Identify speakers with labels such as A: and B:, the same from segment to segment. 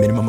A: Minimum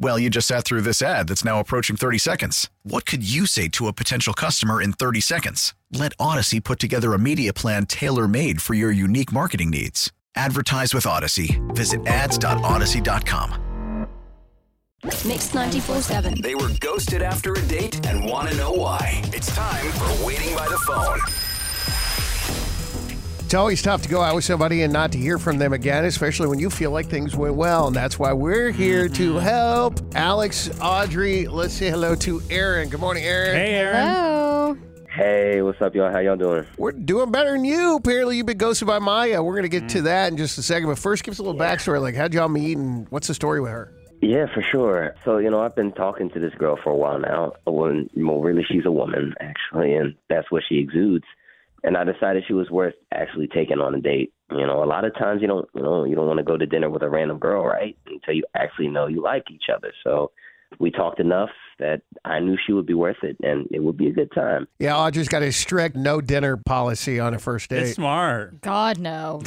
B: Well, you just sat through this ad that's now approaching 30 seconds. What could you say to a potential customer in 30 seconds? Let Odyssey put together a media plan tailor made for your unique marketing needs. Advertise with Odyssey. Visit ads.odyssey.com.
C: Mix 94.7.
D: They were ghosted after a date and want to know why. It's time for Waiting by the Phone.
E: It's always tough to go out with somebody and not to hear from them again, especially when you feel like things went well. And that's why we're here to
F: Mm-hmm.
E: help. Alex, Audrey, let's say hello to Aaron. Good morning, Aaron.
F: Hey, Aaron.
C: Hello.
G: Hey, what's up, y'all? How y'all doing?
E: We're doing better than you. Apparently, you've been ghosted by Maya. We're going to get
F: Mm.
E: to that in just a second. But first, give us a little backstory. Like, how'd y'all meet and what's the story with her?
G: Yeah, for sure. So, you know, I've been talking to this girl for a while now. A woman, well, really, she's a woman, actually, and that's what she exudes. And I decided she was worth actually taking on a date. You know, a lot of times you don't, you know, you don't want to go to dinner with a random girl, right? Until you actually know you like each other. So, we talked enough that I knew she would be worth it, and it would be a good time.
E: Yeah, Audrey's got a strict no dinner policy on a first
F: It's
E: date.
F: smart.
H: God, no.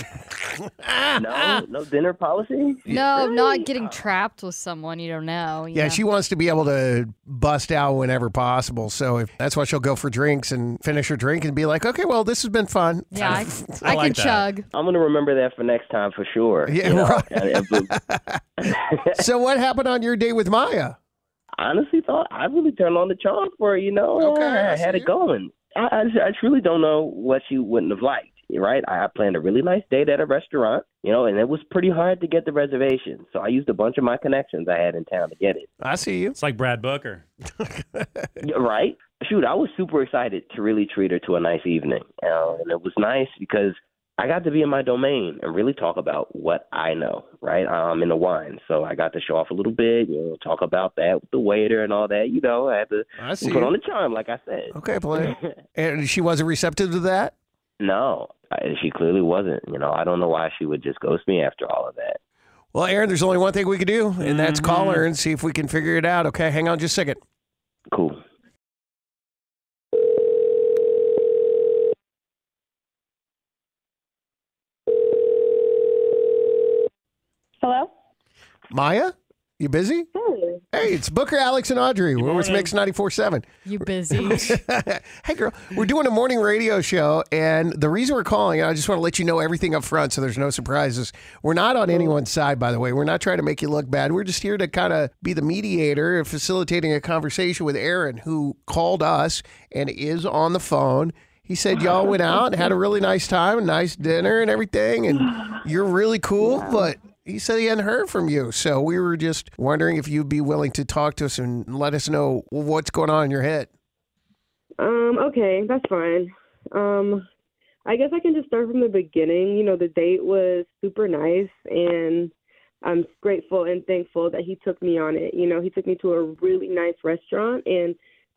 G: No, no dinner policy.
H: No, not getting trapped with someone you don't know. you
E: yeah,
H: know.
E: she wants to be able to bust out whenever possible. So if, that's why she'll go for drinks and finish her drink and be like, okay, well, this has been fun.
H: Yeah, I,
F: I
H: I
F: like
H: can
F: that.
H: chug.
G: I'm gonna remember that for next time for sure.
E: Yeah,
G: you know?
E: right.
G: And it-
E: so what happened on your date with Maya?
G: I honestly thought I really turned on the charm for her. You know,
E: Okay, I
G: I
E: see
G: had
E: you.
G: it going. I, I, just- I truly don't know what she wouldn't have liked. Right? I I planned a really nice date at a restaurant. You know, and it was pretty hard to get the reservation, so I used a bunch of my connections I had in town to get it.
E: I see you.
F: It's like Brad Booker.
G: Yeah, right? Shoot, I was super excited to really treat her to a nice evening. Uh, and it was nice because I got to be in my domain and really talk about what I know, right? I'm in the wine, so I got to show off a little bit, you know, talk about that with the waiter and all that. You know, I had to
E: I see
G: put
E: you.
G: on the charm, like I said.
E: Okay, player. and she wasn't receptive to that?
G: No, I, she clearly wasn't. You know, I don't know why she would just ghost me after all of that.
E: Well, Aaron, there's only one thing we could do, and that's call her and see if we can figure it out. Okay, hang on just a second.
G: Cool.
I: Hello?
E: Maya, you busy?
I: Hey.
E: Hey, it's Booker, Alex, and Audrey. We're with
F: morning.
E: Mix 94.7.
H: You busy?
E: hey, girl, we're doing a morning radio show, and the reason we're calling, and I just want to let you know everything up front so there's no surprises. We're not on anyone's side, by the way. We're not trying to make you look bad. We're just here to kind of be the mediator and facilitating a conversation with Aaron, who called us and is on the phone. He said y'all went out and had a really nice time, a nice dinner and everything, and you're really cool, but he said he hadn't heard from you. So we were just wondering if you'd be willing to talk to us and let us know what's going on in your head.
I: Um, okay, that's fine. Um, I guess I can just start from the beginning. You know, the date was super nice, and I'm grateful and thankful that he took me on it. You know, he took me to a really nice restaurant, and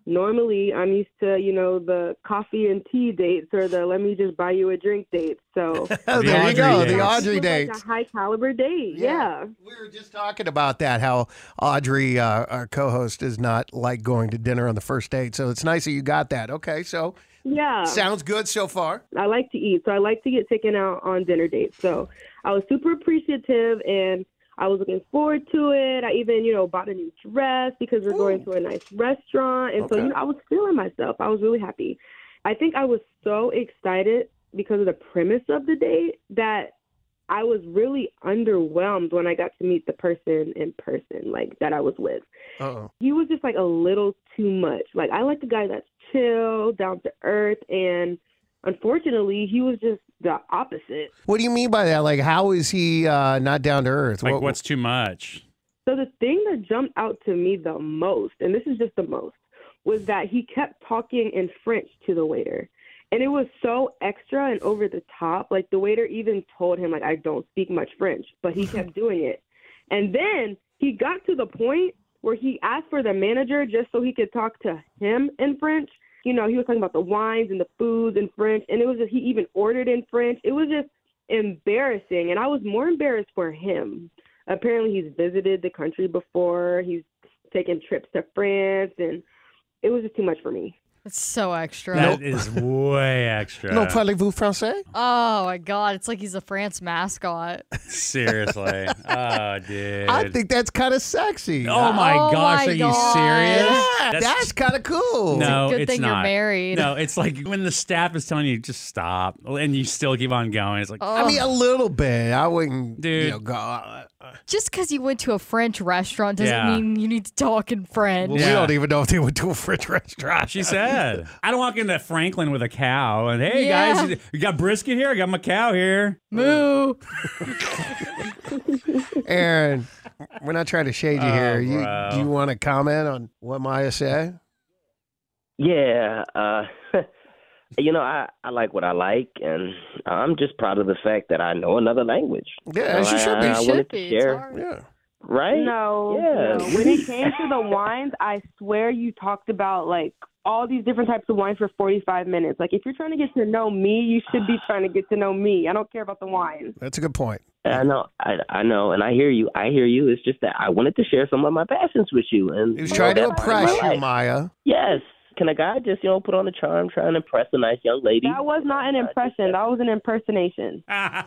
I: normally I'm used to, you know, the coffee and tea dates or the let me just buy you a drink dates. So
E: Oh,
F: The
E: there you
F: Audrey
E: go.
F: date.
E: The
I: It
E: Audrey
I: was
E: date.
I: Like a high caliber date. yeah.
E: We were just talking about that, how Audrey, uh, our co host, is not like going to dinner on the first date. So it's nice that you got that. Okay. So
G: Um,
I: Yeah.
E: sounds good so far.
I: I like to eat, so I like to get taken out on dinner dates. So I was super appreciative and I was looking forward to it. I even, you know, bought a new dress because we're going to a nice restaurant. Uh, And so, you know, I was feeling myself. I was really happy. I think I was so excited because of the premise of the date that I was really underwhelmed when I got to meet the person in person, like that I was with
E: Uh-oh.
I: he was just like a little too much. Like I like the guy that's chill, down to earth, and unfortunately, he was just the opposite.
E: What do you mean by that? Like, how is he uh, not down to earth?
F: Like,
E: What-
F: what's too much?
I: So the thing that jumped out to me the most, and this is just the most, was that he kept talking in French to the waiter. And it was so extra and over the top. Like the waiter even told him, like, I don't speak much French, but he kept doing it. And then he got to the point where he asked for the manager just so he could talk to him in French. You know, he was talking about the wines and the foods in French, and it was just, he even ordered in French. It was just embarrassing, and I was more embarrassed for him. Apparently, he's visited the country before. He's taken trips to France, and it was just too much for me.
H: It's so extra.
F: That is way extra.
E: No parlez-vous français?
H: Oh my god, it's like he's a France mascot.
F: Seriously. oh, dude.
E: I think that's kind of sexy.
F: Oh my
H: Oh
F: gosh,
H: my
F: are you
H: God.
F: serious?
E: Yeah, that's, kind of cool.
F: no,
H: good
F: it's
H: thing you're
F: not.
H: married.
F: No, it's like when the staff is telling you just stop, and you still keep on going. It's like,
H: Oh,
E: I mean, a little bit. I wouldn't.
F: dude,
E: You know, go, uh,
H: Just because you went to a French restaurant doesn't
F: Yeah.
H: mean you need to talk in French.
E: Well, We don't even know if they went to a French restaurant.
F: She said, I don't walk into Franklin with a cow and, hey,
H: Yeah.
F: guys, we got brisket here. I got my cow here.
H: Moo.
E: Aaron, we're not trying to shade you
F: Oh,
E: here. You,
F: bro.
E: do you want to comment on what Maya said?
G: Yeah, uh, you know, I, I like what I like, and I'm just proud of the fact that I know another language.
E: Yeah,
G: You
E: she
G: know,
E: should
G: I,
E: be.
G: I
E: She
G: wanted
E: should
G: to
H: be. It's
G: share,
H: hard.
E: Yeah.
G: right?
I: No,
G: Yeah.
I: no. When it came to the wines, I swear you talked about like all these different types of wines for 45 minutes. Like if you're trying to get to know me, you should be trying to get to know me. I don't care about the wine.
E: That's a good point.
G: I know, I, I know, and I hear you. I hear you. It's just that I wanted to share some of my passions with you, and
E: He was
G: you
E: trying to
G: know, that's
E: impress
G: my
E: you,
G: life.
E: Maya.
G: Yes. Can a guy just you know put on a charm, try and impress a nice young lady?
I: That was not an impression. That was an impersonation.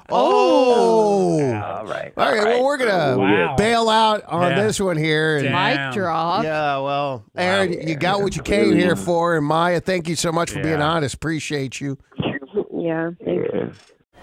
E: Oh.
G: All right.
E: All right, well, we're going to
F: Wow.
E: bail out on
F: Yeah.
E: this one here. and-
F: Damn.
H: Mic drop.
E: Yeah, well, Aaron, you got what you came here for. And Maya, thank you so much for being
F: Yeah.
E: honest. Appreciate you.
I: Yeah.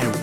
D: and